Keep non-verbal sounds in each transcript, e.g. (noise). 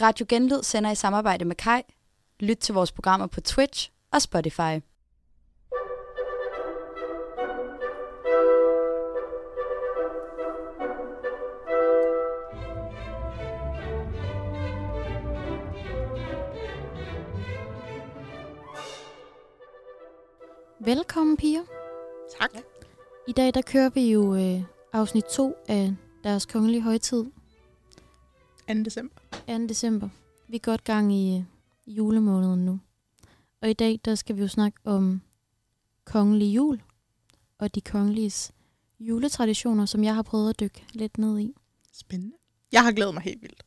Radio Genlyd sender i samarbejde med Kai. Lyt til vores programmer på Twitch og Spotify. Velkommen, piger. Tak. I dag der kører vi jo øh, afsnit 2 af deres kongelige højtid, 2. december. 2. december. Vi er godt gang i øh, julemåneden nu. Og i dag der skal vi jo snakke om kongelig jul og de kongeliges juletraditioner, som jeg har prøvet at dykke lidt ned i. Spændende. Jeg har glædet mig helt vildt.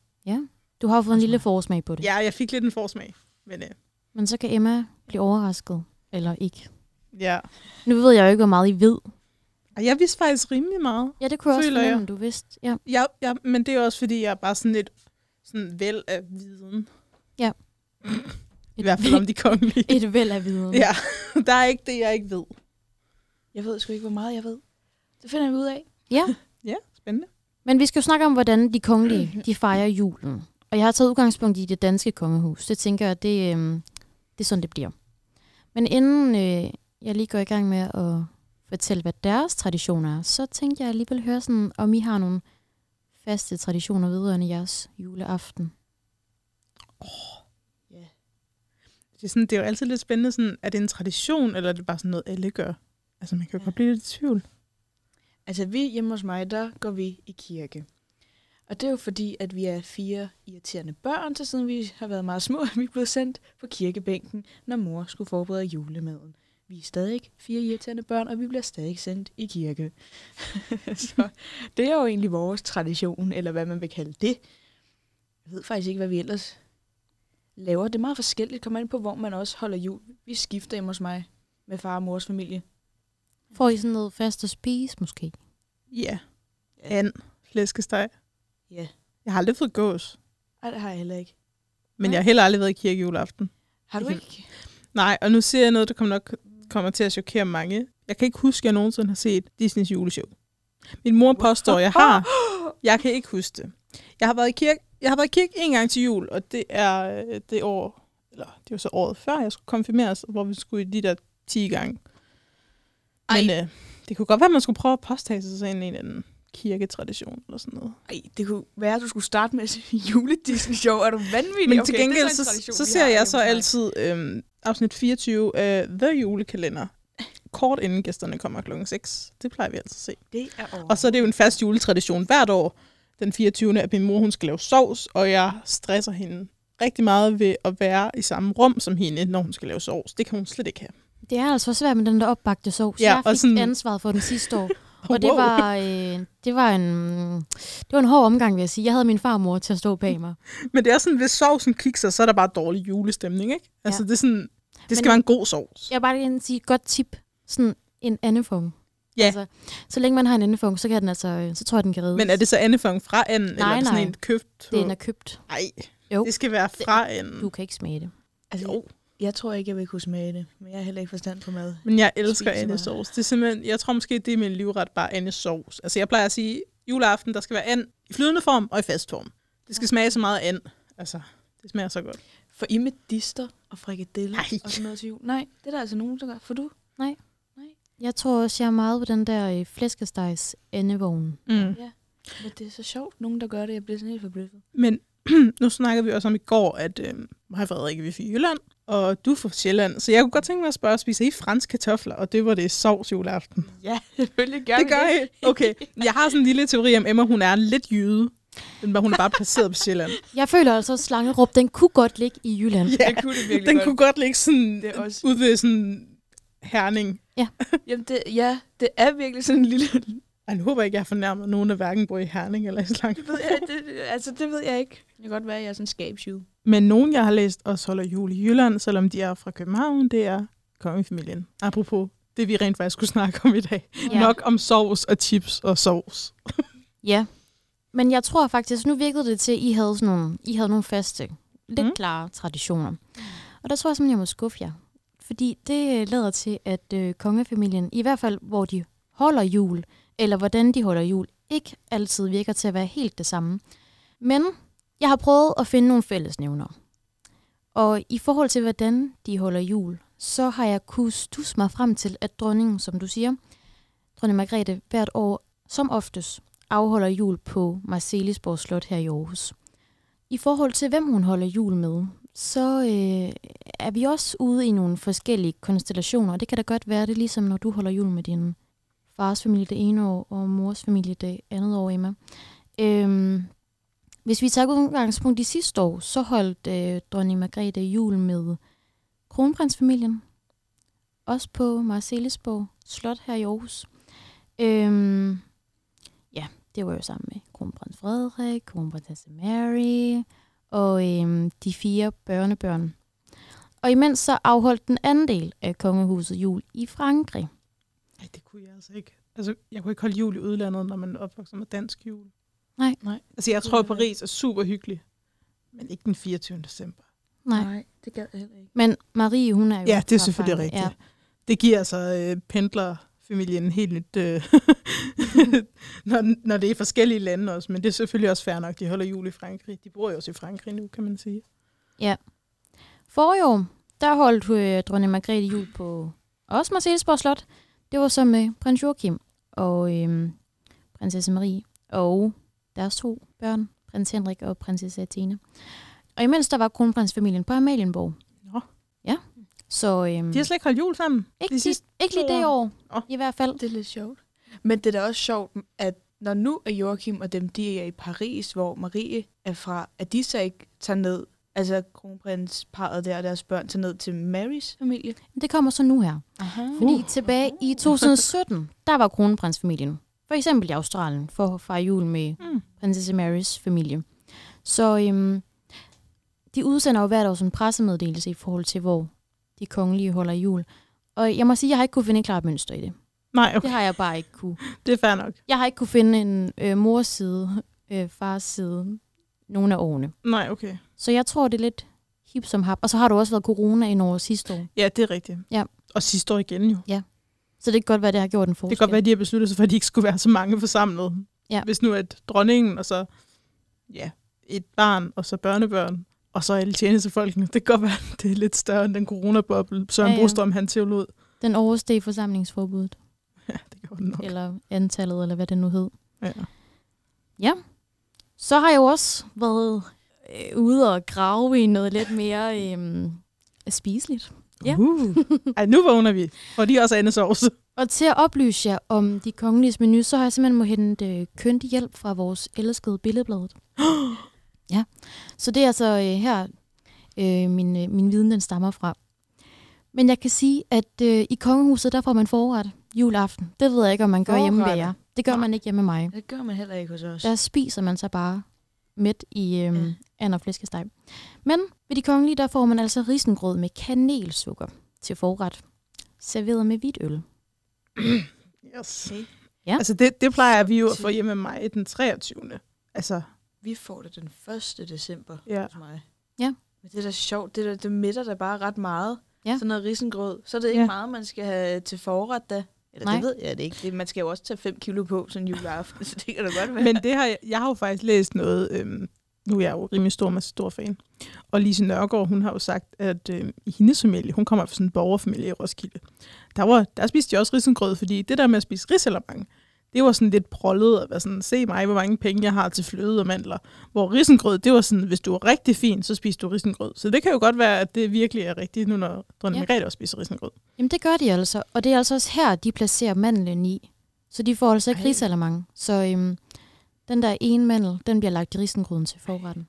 Du har jo fået en Altså lille mig. forsmag på det. Ja, jeg fik lidt en forsmag. Men øh, Men så kan Emma blive overrasket, eller ikke. ja. Nu ved jeg jo ikke, hvor meget I ved. Og jeg vidste faktisk rimelig meget. Ja, det kunne jeg også Føler jeg. fornemme, du vidste. Ja. Jeg, jeg, men det er også, fordi jeg er bare sådan lidt sådan vel af viden. I hvert fald om de (laughs) kongelige. et væld af viden. (laughs) Ja, der er ikke det, jeg ikke ved. Jeg ved sgu ikke, hvor meget jeg ved. Det finder vi ud af. ja. Spændende. Men vi skal jo snakke om, hvordan de (clears throat) kongelige de fejrer julen. Og jeg har taget udgangspunkt i det danske kongehus. Det tænker jeg, det, øh, det er sådan, det bliver. Men inden øh, jeg lige går i gang med at fortælle, hvad deres traditioner er, så tænkte jeg alligevel høre sådan, om I har nogle faste traditioner vedrørende jeres juleaften. Det er, sådan, det er jo altid lidt spændende, sådan, er det en tradition, eller er det bare sådan noget, alle gør? Altså, man kan jo Ja. godt blive lidt i tvivl. Altså, vi hjemme hos mig, der går vi i kirke. Og det er jo fordi, at vi er fire irriterende børn, så siden vi har været meget små, (laughs) er vi blevet sendt på kirkebænken, når mor skulle forberede julemaden. Vi er stadig fire irriterende børn, og vi bliver stadig sendt i kirke. (laughs) så det er jo egentlig vores tradition, eller hvad man vil kalde det. Jeg ved faktisk ikke, hvad vi ellers laver. Det er meget forskelligt. Kommer an på, hvor man også holder jul. Vi skifter hjemme hos mig med far og mors familie. Får I sådan noget fast at spise, måske? Ja. Ja. And, flæskesteg. Ja. Jeg har aldrig fået gås, Ej, det har jeg heller ikke. men Nej. jeg har heller aldrig været i kirke juleaften. Har du Mhm. ikke? Nej, og nu ser jeg noget, der kommer nok kommer til at chokere mange. Jeg kan ikke huske, at jeg nogensinde har set Disneys juleshow. Min mor påstår, jeg har. Jeg kan ikke huske det. Jeg har været i kirke, jeg har været i kirke en gang til jul, og det er øh, det år, eller det var så året før, jeg skulle konfirmeres, hvor vi skulle i de der 10 gange. Men øh, det kunne godt være, at man skulle prøve at påtage sig sådan en eller anden kirketradition eller sådan noget. Ej, det kunne være, at du skulle starte med at sige (laughs) juledisney-show. Er du (laughs) vanvittig? Men Okay, til det er gengæld, en så, tradition, så vi ser har jeg hjemme så hos mig. altid øhm, afsnit 24 af The Julekalender, kort inden gæsterne kommer klokken 6. Det plejer vi altid at se. Det er over. Og så er det jo en fast juletradition hvert år, den 24. at min mor hun skal lave sovs, og jeg stresser hende rigtig meget ved at være i samme rum som hende, når hun skal lave sovs. Det kan hun slet ikke have. Det er altså svært med den der opbagte sovs. Ja, Ja, jeg og fik sådan... sådan- ansvaret for den sidste (laughs) år. Og det Wow. var, øh, det, var en, det var en hård omgang, vil jeg sige. Jeg havde min farmor til at stå bag mig. Men det er sådan, hvis sovsen kikser, så er der bare dårlig julestemning, ikke? Altså, Ja. det er sådan, det skal Men- være en god sovs. Jeg vil bare lige sige, godt tip, sådan en andefong. Ja. Altså, så længe man har en andefong, så, kan den altså, øh, så tror jeg, den kan reddes. Men er det så andefang fra anden, Nej, eller er det nej. sådan en købt? Den er købt. Nej, Jo. det skal være fra anden. Du kan ikke smage det. Altså, Jo. jeg tror ikke, jeg vil kunne smage det, men jeg har heller ikke forstand på mad. Men jeg elsker Spise meget. andesovs. Det er simpelthen, jeg tror måske, det er min livret, bare andesovs. Altså jeg plejer at sige, juleaften, der skal være and i flydende form og i fast form. Det skal smage så meget and. Altså, det smager så godt. For I med dister og frikadeller Ej. og sådan noget til jul. Nej, det er der altså nogen, der gør. For du? Jeg tror også, jeg er meget på den der øh, flæskestegs andevogn. Mm. Men det er så sjovt, nogen der gør det. Jeg bliver sådan helt (laughs) forbløffet. Men (clears throat) nu snakkede vi også om i går, at øh, mig og Frederik vi er fra Jylland, og du er fra Sjælland. Så jeg kunne godt tænke mig at spørge, spiser I franske kartofler? Og det var det sovs juleaften. Ja, selvfølgelig gør det gør jeg. (laughs) Okay, jeg har sådan en lille teori om Emma, hun er lidt jyde. Men hun er bare placeret på Sjælland. Jeg føler altså, at Slangerup, den kunne godt ligge i Jylland. Ja, Det kunne det virkelig den godt. kunne godt ligge sådan Det er også- ud ved sådan herning. Jamen, det, ja, det er virkelig sådan en lille... (laughs) Ej, nu håber jeg ikke, jeg har fornærmet nogen, der hverken bor i Herning eller i Slange. Det ved jeg, det, altså, det ved jeg ikke. Det kan godt være, at jeg er sådan en skabsjul. Men nogen, jeg har læst, også holder jul i Jylland, selvom de er fra København, det er kongefamilien. Apropos det, vi rent faktisk skulle snakke om i dag. Ja. Nok om sovs og chips og sovs. Ja. Men jeg tror faktisk, nu virkede det til, at I havde, sådan nogle, I havde nogle faste, lidt Mm. mm. klare traditioner. Og der tror jeg simpelthen, jeg må skuffe jer. Fordi det øh, lader til, at øh, kongefamilien, i hvert fald hvor de holder jul, eller hvordan de holder jul, ikke altid virker til at være helt det samme. Men Jeg har prøvet at finde nogle fællesnævner. Og i forhold til, hvordan de holder jul, så har jeg kunnet stusse mig frem til, at dronningen, som du siger, dronning Margrethe, hvert år som oftest afholder jul på Marcelisborg Slot her i Aarhus. I forhold til, hvem hun holder jul med, så øh, er vi også ude i nogle forskellige konstellationer. Det kan da godt være, det er ligesom når du holder jul med din fars familie det ene år, og mors familie det andet år, Emma. Øhm, hvis vi tager udgangspunkt i sidste år, så holdt øh, dronning Margrethe jul med kronprinsfamilien. Også på Marcelisborg Slot her i Aarhus. Øhm, ja, det var jo sammen med kronprins Frederik, kronprinsesse Mary og øhm, de fire børnebørn. Og imens så afholdt den anden del af kongehuset jul i Frankrig. Nej, det kunne jeg altså ikke. Altså, jeg kunne ikke holde jul i udlandet, når man opvokser med dansk jul. Nej. Nej. Altså, jeg tror, at Paris er super hyggelig, men ikke den 24. december. Nej. Nej, det gad jeg heller ikke. Men Marie, hun er jo... Ja, det er fra selvfølgelig Frankrig. rigtigt. Det giver altså øh, pendlerfamilien en helt nyt... Øh, (laughs) når, når det er forskellige lande også, men det er selvfølgelig også fair nok, de holder jul i Frankrig. De bor jo også i Frankrig nu, kan man sige. Forrige år, der holdt øh, dronning Margrethe jul på også Marcelsborg Slot. Det var så med prins Joachim og øh, prinsesse Marie og deres to børn, prins Henrik og prinsesse Athene. Og imens der var kronprinsfamilien på Amalienborg. Nå. Ja, så øh, De har slet ikke holdt jul sammen. ikke, de lige, sidste ikke lige to det år, Nå. i hvert fald. Det er lidt sjovt. Men det er da også sjovt, at når nu er Joachim og dem, de er i Paris, hvor Marie er fra, at de så ikke tager ned, altså kronprinsparet der og deres børn tager ned til Marys familie. Det kommer så nu her. Aha. Fordi tilbage i 2017, der var kronprinsfamilien. For eksempel i Australien, for at fejre jul med Mm. mm. prinsesse Marys familie. Så øhm, de udsender jo hvert år sådan en pressemeddelelse i forhold til, hvor de kongelige holder jul. Og jeg må sige, at jeg har ikke kunne finde et klart mønster i det. Nej, okay, Det har jeg bare ikke kunne. det er fair nok. Jeg har ikke kunne finde en øh, mors side, øh, fars side, nogle af årene. Nej, okay. Så jeg tror, det er lidt hip som hap. Og så har du også været corona i Norge sidste år. Ja, det er rigtigt. Ja. Og sidste år igen jo. Så det kan godt være, det har gjort en forskel. Det kan godt være, at de har besluttet sig for, at de ikke skulle være så mange forsamlet. Ja. Hvis nu at dronningen, og så ja, et barn, og så børnebørn, og så alle tjenestefolkene. Det kan godt være, at det er lidt større end den coronaboble. Søren ja, Ja, ja. ja. Brostrøm, han teolog. Den oversteg forsamlingsforbuddet. Ja, det gjorde den nok. eller antallet, eller hvad det nu hed. Ja. Så har jeg jo også været øh, ude og grave i noget lidt mere øh, spiseligt. Ja. Uh. Ej, nu vågner vi, for de også er andesovs. Og til at oplyse jer om de kongeliges menu, så har jeg simpelthen må hente øh, køndig hjælp fra vores elskede billedbladet. (gasps) ja, så det er altså øh, her, øh, min, øh, min viden den stammer fra. Men jeg kan sige, at øh, i kongehuset, der får man forret juleaften. Det ved jeg ikke, om man gør hjemme ved Forret? jer. Det gør man ikke hjemme med mig. Det gør man heller ikke hos os. der spiser man sig bare midt i øhm, Ja. ja. and og flæskesteg. Men ved de kongelige, der får man altså risengrød med kanelsukker til forret, serveret med hvidt øl. Yes. Okay. Ja. Altså, det, det plejer vi jo at få hjemme med mig den 23. Altså, Vi får det den 1. december ja. hos mig. Ja. Men det er da sjovt, det, der, det midter da bare ret meget. Ja. Sådan noget risengrød. Så er det ikke Ja. ja. meget, man skal have til forret da. Eller Nej. det ved jeg det ikke. Det, man skal jo også tage 5 kilo på sådan en juleaften, (laughs) så det kan da godt være. (laughs) Men det har jeg, jeg har jo faktisk læst noget, øhm, nu er jeg jo rimelig stor, masse stor fan, og Lise Nørgaard, hun har jo sagt, at øhm, i hendes familie, hun kommer fra sådan en borgerfamilie i Roskilde, der, var, der spiste de også risengrød, fordi det der med at spise risalamang, det var sådan lidt prollet at være sådan, se mig, hvor mange penge jeg har til fløde og mandler. Hvor risengrød, det var sådan, hvis du var rigtig fin, så spiste du risengrød. Så det kan jo godt være, at det virkelig er rigtigt, nu når dronning Ja. Margrethe også spiser risengrød. Jamen det gør de altså, og det er altså også her, de placerer mandlen i. Så de får altså ikke Ej. risalamang. Så øhm, den der ene mandel, den bliver lagt i risengrøden til forretten.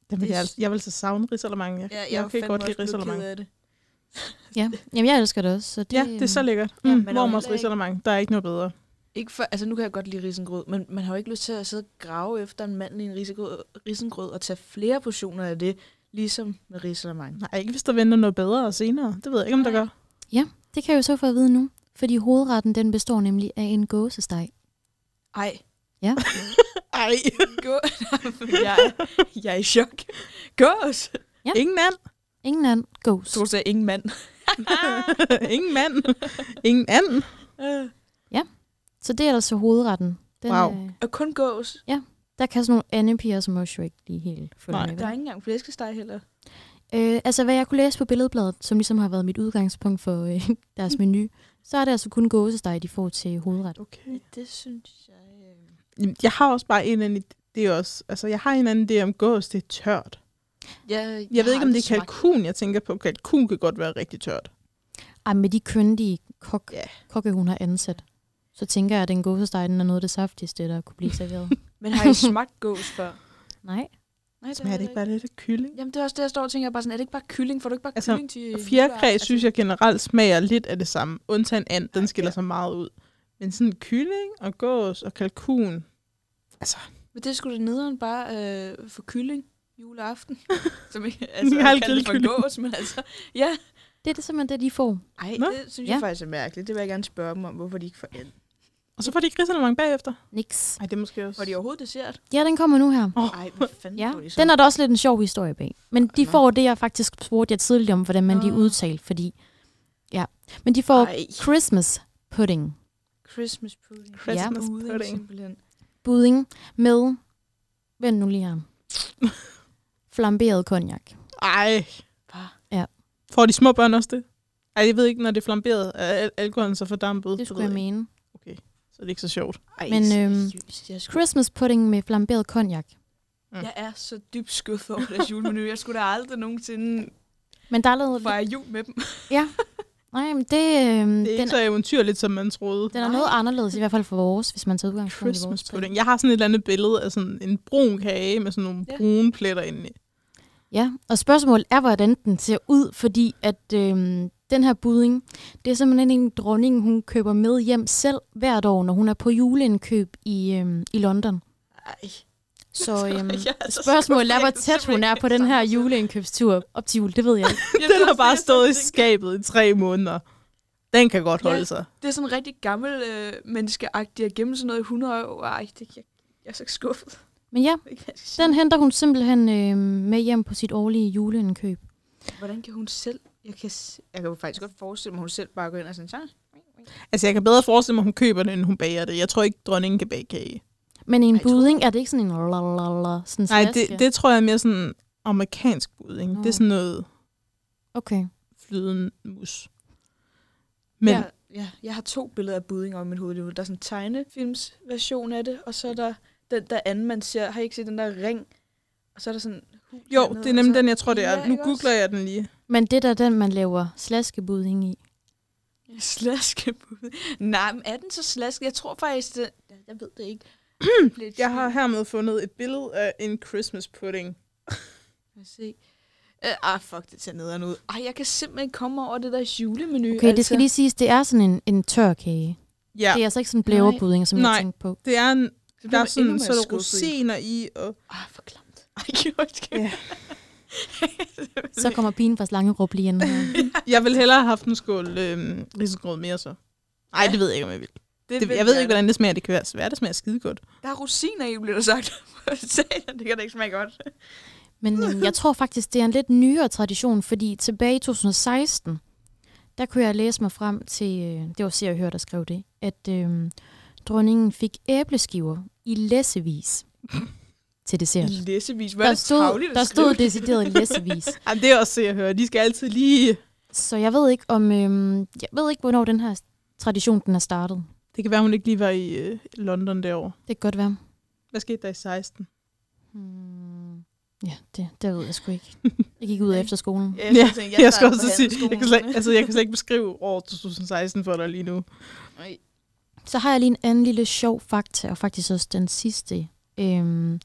Det Det vil er jeg, s- altså- jeg vil så savne risalamang. Jeg, ja, jeg, jeg kan godt lide risalamang. af det. Ja, jamen jeg elsker det også. Så det, Ja, det er så øhm, lækkert. ja, Mm, man er ja, jo Mormors heller ikke- risalamang, der er ikke noget bedre. Ikke for, altså nu kan jeg godt lide risengrød, men man har jo ikke lyst til at sidde og grave efter en mandel i en risengrød, risengrød og tage flere portioner af det, ligesom med risalamang. Nej, ikke hvis der venter noget bedre senere. Det ved jeg ikke, om der Nej. gør. det kan jeg jo så få at vide nu, fordi hovedretten den består nemlig af en gåsesteg. Ej, Ej, gå. (laughs) jeg, jeg er i chok. Gås! (laughs) ingen mand. Ingen anden gås. Du sagde ingen mand. (laughs) ingen mand. Ingen anden. Øh, Så det er altså hovedretten. Den Wow. er, Og kun gås? Ja. Der kan sådan nogle andepiger som os jo ikke lige helt følge Nej. med. vel? Der er ikke engang flæskesteg heller. Øh, altså, hvad jeg kunne læse på billedbladet, som ligesom har været mit udgangspunkt for øh, (laughs) Mm. deres menu, så er det altså kun gåsesteg, de får til hovedret. Okay. Det synes jeg... øh, Jamen, Jeg har også bare en anden idé- det er også, altså jeg har en anden idé om gås, det er tørt. Jeg, Jeg ved har ikke, om det er aldrig smagt- kalkun, jeg tænker på. Kalkun kan godt være rigtig tørt. Ej, med de køndige kok, Ja. yeah. kokke, hun har ansat, så tænker jeg, at den gåsesteg, den er noget af det saftigste, der kunne blive serveret. Men har I smagt gås før? Nej. (laughs) Nej, det, Men er det ikke bare lidt af kylling? Jamen, det er også det, jeg står og tænker. Bare sådan, er det ikke bare kylling? Får du ikke bare Altså, kylling til... Altså, Og Fjerkræ juleaften? synes jeg generelt smager lidt af det samme. Undtagen and, den skiller ja. sig meget ud. Men sådan kylling og gås og kalkun. altså- Men det skulle da nederen bare øh, for kylling (laughs) juleaften. Som ikke, Jeg har jeg aldrig kalder det for kylling. gås, men altså... Ja. Det er det simpelthen det, de får. Ej, Nå. det synes Ja. jeg faktisk er mærkeligt. Det vil jeg gerne spørge dem om, hvorfor de ikke får and. Og så får de griselemang bagefter. Niks. Ej, det er måske også... Var de overhovedet dessert? Ja, den kommer nu her. Ej, hvor fanden Ja, får de så? den er der også lidt en sjov historie bag. Men de Nå. får det, jeg faktisk spurgte jer tidligere om, hvordan man lige Nå. udtalte, fordi... Ja, men de får Ej, Christmas pudding. Christmas pudding. Christmas Uden pudding. Simpelthen. budding med, vent nu lige her, flamberet cognac. Ej. Hvad? Ja. Får de små børn også det? Ej, jeg ved ikke, når det er flamberet, er al- alkoholen så fordampet. Det skulle jeg ved ikke. mene. Så er det ikke så sjovt. Ej, Men, øhm, seriøst, jeg, skulle, Christmas pudding med flamberet cognac. jeg er så dybt skuffet over deres julemenu. Jeg skulle da aldrig nogensinde Men der er lavet... fejre jul med dem. Nej, men det, øh, Det er den, ikke så eventyrligt, som man troede. den er noget anderledes, i hvert fald for vores, hvis man tager udgangspunkt i vores. Christmas tre. pudding. Jeg har sådan et eller andet billede af sådan en brun kage med sådan nogle Ja. brune pletter inde i. Ja, og spørgsmålet er, hvordan den ser ud, fordi at øh, den her budding, det er simpelthen en dronning, hun køber med hjem selv hvert år, når hun er på juleindkøb i, øh, i London. Ej. (laughs) Så øh, jeg er så spørgsmålet er, skuffet. hvor Jeg kan tæt hun simpelthen er ikke på den her samle til det. juleindkøbstur op til jul, det ved jeg ikke. (laughs) Jamen, det Den er har også bare det, jeg stået i tænker. skabet i tre måneder. Den kan godt Ja. holde sig. Det er sådan rigtig gammel øh, menneskeagtigt at gemme sådan noget i 100 år. Ej, det, jeg, jeg er så skuffet. Men ja, Jeg ved ikke, hvad jeg skal Den sige. henter hun simpelthen øh, med hjem på sit årlige juleindkøb. Hvordan kan hun selv... Jeg kan, s- jeg kan jo faktisk godt forestille mig, at hun selv bare går ind og sådan... Så, Altså, jeg kan bedre forestille mig, at hun køber det, end hun bager det. Jeg tror ikke, dronningen kan bage kage. Men i en Ej, tror du- budding er det ikke sådan en lalalala, sådan Nej, slaske? det, det tror jeg er mere sådan amerikansk budding. Nå. Det er sådan noget Okay. flydende mus. Men ja. Jeg, ja, jeg har to billeder af budding om mit hoved lige nu. Der er sådan en tegnefilmsversion af det, og så er der den der anden, man ser. Har I ikke set den der ring? Og så er der sådan... hul jo, dernede, det er og nemlig så- den, jeg tror, det er. Ja, Nu ikke googler jeg den lige. Men det er da den, man laver slaskebudding i. Slaskebud. Nej, men er den så slask? Jeg tror faktisk, det... Jeg, jeg ved det (clears throat) ikke. Lidt Jeg har hermed fundet et billede af en Christmas pudding. Lad os se. Øh, ah, fuck, det ser nederen ud. Ej, jeg kan simpelthen ikke komme over det der julemenu. altså. Okay, det skal lige siges, det er sådan en, en tør kage. Ja, Ja. Det er altså ikke sådan en blæverbudding, som Nej. jeg tænkte på. det er en, Så der bliver er man sådan, endnu mere så er der skuffet. rosiner i, og Ah, for klamt. (laughs) Ej, jeg skal (laughs) Ja. Så kommer pigen fra Slangerup lige ind. her. jeg vil hellere have haft en skål øh, risengrød mere så. Nej, Ja. det ved jeg ikke, om jeg vil. det, Det, jeg ved ikke, hvordan det smager. Det kan være svært, det smager skide godt. Der er rosiner i, bliver der sagt. (laughs) Satan, det kan da ikke smage godt. Men øhm, jeg tror faktisk, det er en lidt nyere tradition, fordi tilbage i 2016, der kunne jeg læse mig frem til, øh, det var Se og Hør, der skrev det, at øh, dronningen fik æbleskiver i læssevis til dessert. I læsevis. Hvor er Der det stod, travligt der stod decideret (laughs) læssevis. Jamen, det er også se og høre. De skal altid lige... Så jeg ved ikke, om, øh, jeg ved ikke, hvornår den her tradition den er startet. Det kan være, hun ikke lige var i øh, London derovre. Det kan godt være. Hvad skete der i 16? Hmm. Ja, det, det ved jeg sgu ikke. Jeg gik ud af efterskolen. Ja, jeg, tænkte, jeg, jeg skal starter også på sige, jeg kan, slet, handelsskolen. altså, jeg kan slet ikke beskrive år 2016 for dig lige nu. Ej, Så har jeg lige en anden lille sjov fakta, og faktisk også den sidste. Øhm,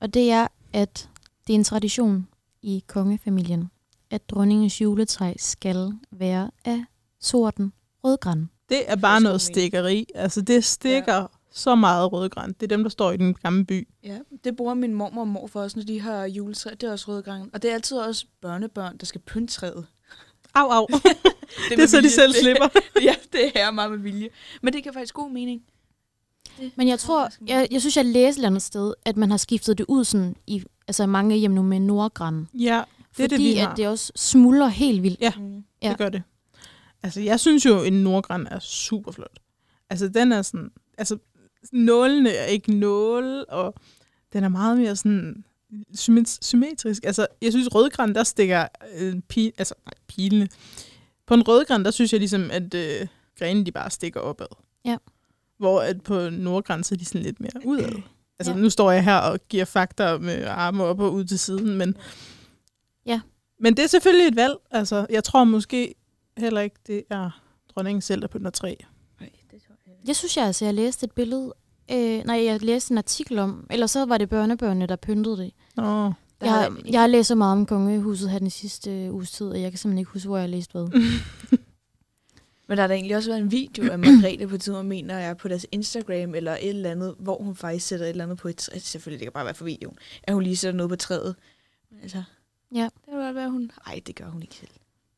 og det er, at det er en tradition i kongefamilien, at dronningens juletræ skal være af sorten rødgran. Det er er bare sgu noget mening. stikkeri. Altså, det stikker ja. så meget rødgræn. Det er dem, der står i den gamle by. Ja, det bruger min mormor og morfar også, når de har juletræ. Det er også rødgrangen. Og det er altid også børnebørn, der skal pynte træet. Au, (laughs) au. er det er med så, de vilje. selv Det- slipper. (laughs) ja, det er her meget med vilje. Men det kan faktisk god mening. Men jeg tror, jeg, jeg synes, jeg læste et eller andet sted, at man har skiftet det ud sådan i altså mange hjem nu med nordgran. Ja, Det er det, fordi vi har. at det også smuldrer helt vildt. Ja. Mm. Ja. det gør det. Altså, jeg synes jo, en nordgræn er super flot. Altså, den er sådan... Altså, nålene er ikke nål, og den er meget mere sådan symmet- symmetrisk. Altså, jeg synes, rødgræn, der stikker øh, pi, altså, nej, pilene. På en rødgræn, der synes jeg ligesom, at øh, grenene, de bare stikker opad. Ja. Hvor at på nordgræn, så er de sådan lidt mere udad. (clears throat) Altså, Ja. ja. nu står jeg her og giver fakta med arme op og ud til siden, men... Ja. Men det er selvfølgelig et valg. Altså, jeg tror måske heller ikke, det er dronningen selv, der på den tre. Jeg synes jeg altså, jeg læste et billede, øh, nej, jeg læste en artikel om, eller så var det børnebørnene, der pyntede det. Nå. Der jeg, havde jeg har læst så meget om kongehuset her den sidste øh, uges tid, og jeg kan simpelthen ikke huske, hvor jeg har læst hvad. Men der har da egentlig også været en video af Margrethe på et tidspunkt, mener jeg, på deres Instagram eller et eller andet, hvor hun faktisk sætter et eller andet på et træ. Selvfølgelig, det kan bare være for videoen. At hun lige sætter noget på træet. Men altså, Ja. det kan godt være, hun... Ej, det gør hun ikke selv.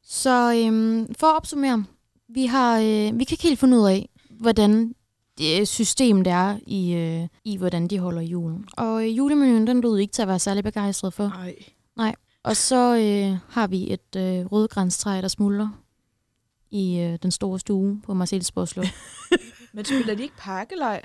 Så øhm, for at opsummere, vi, har, øh, vi kan ikke helt finde ud af, hvordan det system der er i, øh, i, hvordan de holder julen. Og øh, julemenuen, den lød ikke til at være særlig begejstret for. Nej. Og så øh, har vi et øh, rødgrænstræ, der smuldrer i øh, den store stue på Marcelsborg Slot. Men spiller de ikke pakkelej?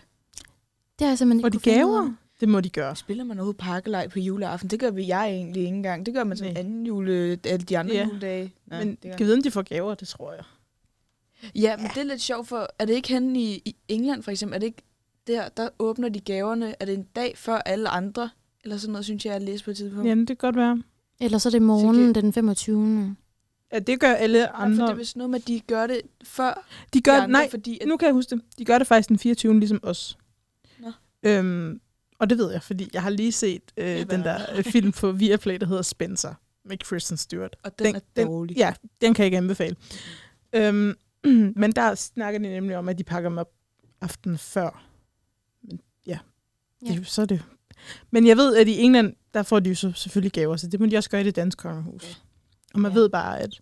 Det har jeg simpelthen ikke Og de kunne finde ud af. gaver, (laughs) det må de gøre. Spiller man overhovedet pakkelej på juleaften? Det gør vi jeg egentlig ikke engang. Det gør man som Nej. anden jule, eller de andre Ja. juledage. Nej, men det gør. kan vi vide, om de får gaver? Det tror jeg. Ja, men det er lidt sjovt, for er det ikke henne i, i England for eksempel? Er det ikke der, der åbner de gaverne? Er det en dag før alle andre? Eller sådan noget, synes jeg, jeg læste på et tidspunkt. Jamen, det kan godt være. Eller så er det morgenen Sikke- den 25. Ja, det gør alle Andre... andre. For det er vist noget med, at de gør det før De de gør, andre, nej, fordi at, nu kan jeg huske det. De gør det faktisk den 24. ligesom os. Nå. Øhm, og det ved jeg, fordi jeg har lige set øh, Jeg den ved der øh, film på Viaplay, der hedder Spencer med Kristen Stewart. og den, den- den er den- dårlig. Ja, den kan jeg ikke anbefale. Øhm, (clears throat) men der snakker de nemlig om, at de pakker dem op aftenen før. Men ja, det, Ja. ja. så er det. Men jeg ved, at i England, der får de jo så selvfølgelig gaver, så det må de også gøre i det danske kongehus. Ja. Ja. Og man Ja. ja. ved bare, at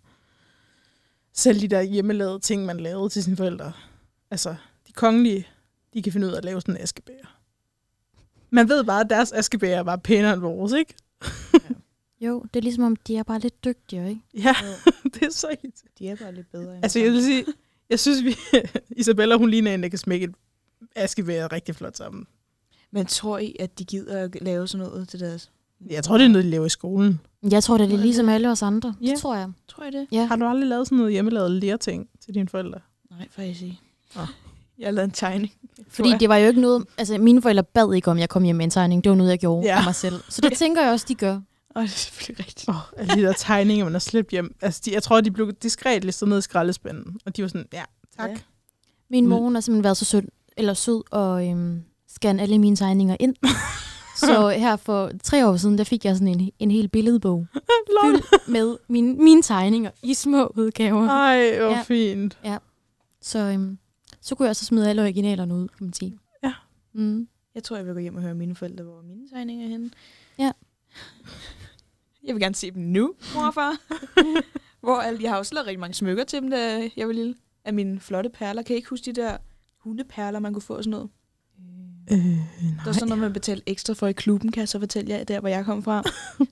selv de der hjemmelavede ting, man lavede til sine forældre, altså de kongelige, de kan finde ud af at lave sådan en askebæger. Man ved bare, at deres askebæger var pænere end vores, ikke? Jo, det er ligesom om, de er bare lidt dygtigere, ikke? Ja, Jo, (laughs) det er så helt de er bare lidt bedre. End Altså, jeg vil sige, jeg synes, vi, (laughs) Isabella, hun ligner en, der kan smække et askevejr rigtig flot sammen. Men tror I, at de gider at lave sådan noget til deres? Jeg tror, det er noget, de laver i skolen. Jeg tror, det er ligesom alle os andre. Ja. Det tror jeg. Tror I det? Ja. Har du aldrig lavet sådan noget hjemmelavet lærting til dine forældre? Nej, faktisk ikke. Nå. Jeg har lavet en tegning. Fordi jeg. det var jo ikke noget... Altså, mine forældre bad ikke om, at jeg kom hjem med en tegning. Det var noget, jeg gjorde Ja. ja. af mig selv. Så det tænker jeg også, de gør. Åh, det er selvfølgelig rigtigt. Åh, oh, alle de der tegninger, man har slæbt hjem. Altså, de, jeg tror, de blev diskret listet ned i skraldespanden. Og de var sådan, ja, tak. Ja. Ja. Min Mm. mor, hun har simpelthen været så sød, eller sød og øhm, scanne alle mine tegninger ind. så her for tre år siden, der fik jeg sådan en, en hel billedbog Lol. fyldt med mine, mine tegninger i små udgaver. Ej, hvor Ja. ja. fint. Så, øhm, så kunne jeg så smide alle originalerne ud, kan man sige. Ja. Mm. Jeg tror, jeg vil gå hjem og høre mine forældre, hvor mine tegninger er henne. Ja. (laughs) Jeg vil gerne se dem nu, mor og far. (laughs) hvor alle, jeg har også lavet rigtig mange smykker til dem, da jeg var lille. Af mine flotte perler. Kan I ikke huske de der hundeperler, man kunne få og sådan noget? Øh, Der er sådan noget, man betalte ekstra for i klubben, kan jeg så fortælle jer, der hvor jeg kom (laughs) fra.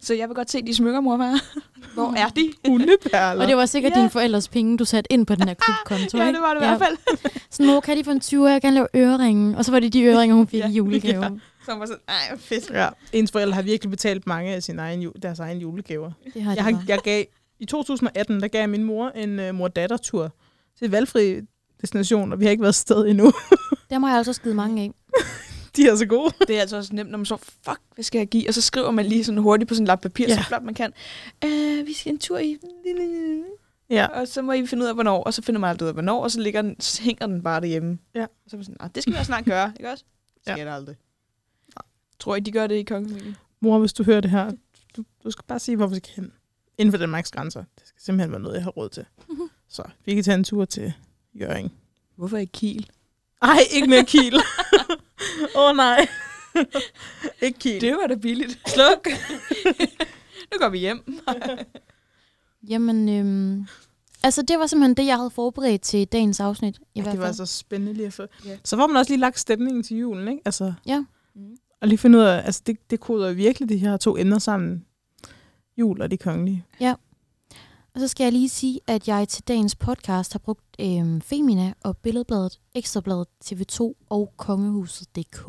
så jeg vil godt se de smykker, mor og far. Hvor er (laughs) de? hundeperler. Og det var sikkert Ja. ja. dine forældres penge, du satte ind på den her klubkonto, Ja, ikke? det var det i hvert fald. Sådan, mor, kan de få en 20, jeg kan lave øreringe. Og så var det de øreringer, hun fik Ja. ja. i julegave. (laughs) Ja. Som var sådan, ej, hvor fedt. Ja, ens forældre har virkelig betalt mange af sin egen, ju- deres egen julegaver. Det har de Jeg, bare. har, jeg gav, I 2018, der gav jeg min mor en uh, mor-datter-tur til valgfri destination, og vi har ikke været sted endnu. (laughs) Dem har jeg altså skide mange af. De er så gode. Det er altså også nemt, når man så, fuck, hvad skal jeg give? Og så skriver man lige sådan hurtigt på sådan en lap papir, ja. Ja. så flot man kan. Øh, vi skal en tur i... (laughs) Ja. Og så må I finde ud af, hvornår. Og så finder man aldrig ud af, hvornår. Og så ligger den, så hænger den bare derhjemme. Ja. Og så er man sådan, "Nå, det skal vi også snart gøre, ikke også? Så Ja. Skal det aldrig. Tror I, de gør det i kongefamilien? Mor, hvis du hører det her, du, du skal bare sige, hvor vi skal hen. Inden for Danmarks grænser. Det skal simpelthen være noget, jeg har råd (laughs) til. Så vi kan tage en tur til Jøring. Hvorfor ikke Kiel? Ej, ikke mere (laughs) Kiel. Åh oh, nej. ikke Kiel. Det var da billigt. Sluk. (laughs) nu går vi hjem. Jamen, øhm, altså det var simpelthen det, jeg havde forberedt til dagens afsnit. I ja, hvert det var fald. så spændende lige at få. Ja. Yeah. Så får man også lige lagt stemningen til julen, ikke? Altså, Ja. Mhm. Og lige finde ud af, altså det, det koder jo virkelig de her to emner sammen. Jul og de kongelige. Og så skal jeg lige sige, at jeg til dagens podcast har brugt øhm, Femina og Billedbladet, Ekstrabladet, TV2 og Kongehuset.dk.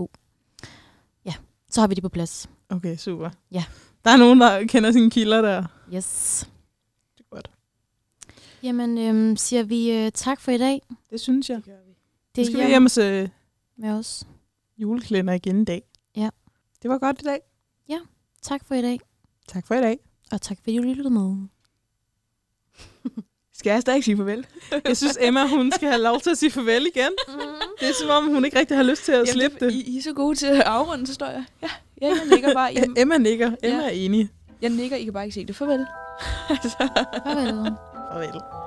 Ja, så har vi det på plads. Okay, super. Ja. Der er nogen, der kender sine kilder der. Yes. Det er godt. Jamen, øhm, siger vi øh, tak for i dag. Det synes jeg. gør vi. Det Nu er skal vi hjem hjem og se med os. juleklænder igen i dag. Ja. Det var godt i dag. Tak for i dag, Tak for i dag. og tak fordi du lyttede med. Skal jeg stadig sige farvel? (laughs) Jeg synes, Emma, hun skal have lov til at sige farvel igen. Mm. Det er som om, hun ikke rigtig har lyst til at Jamen, slippe det. I, Mm-hmm. I er så gode til at afrunde, så står jeg. Ja, ja jeg nikker (laughs) bare. Em- Jeg, Emma nikker. Emma er enig. jeg nikker, I kan bare ikke se det. Farvel. Farvel. Farvel.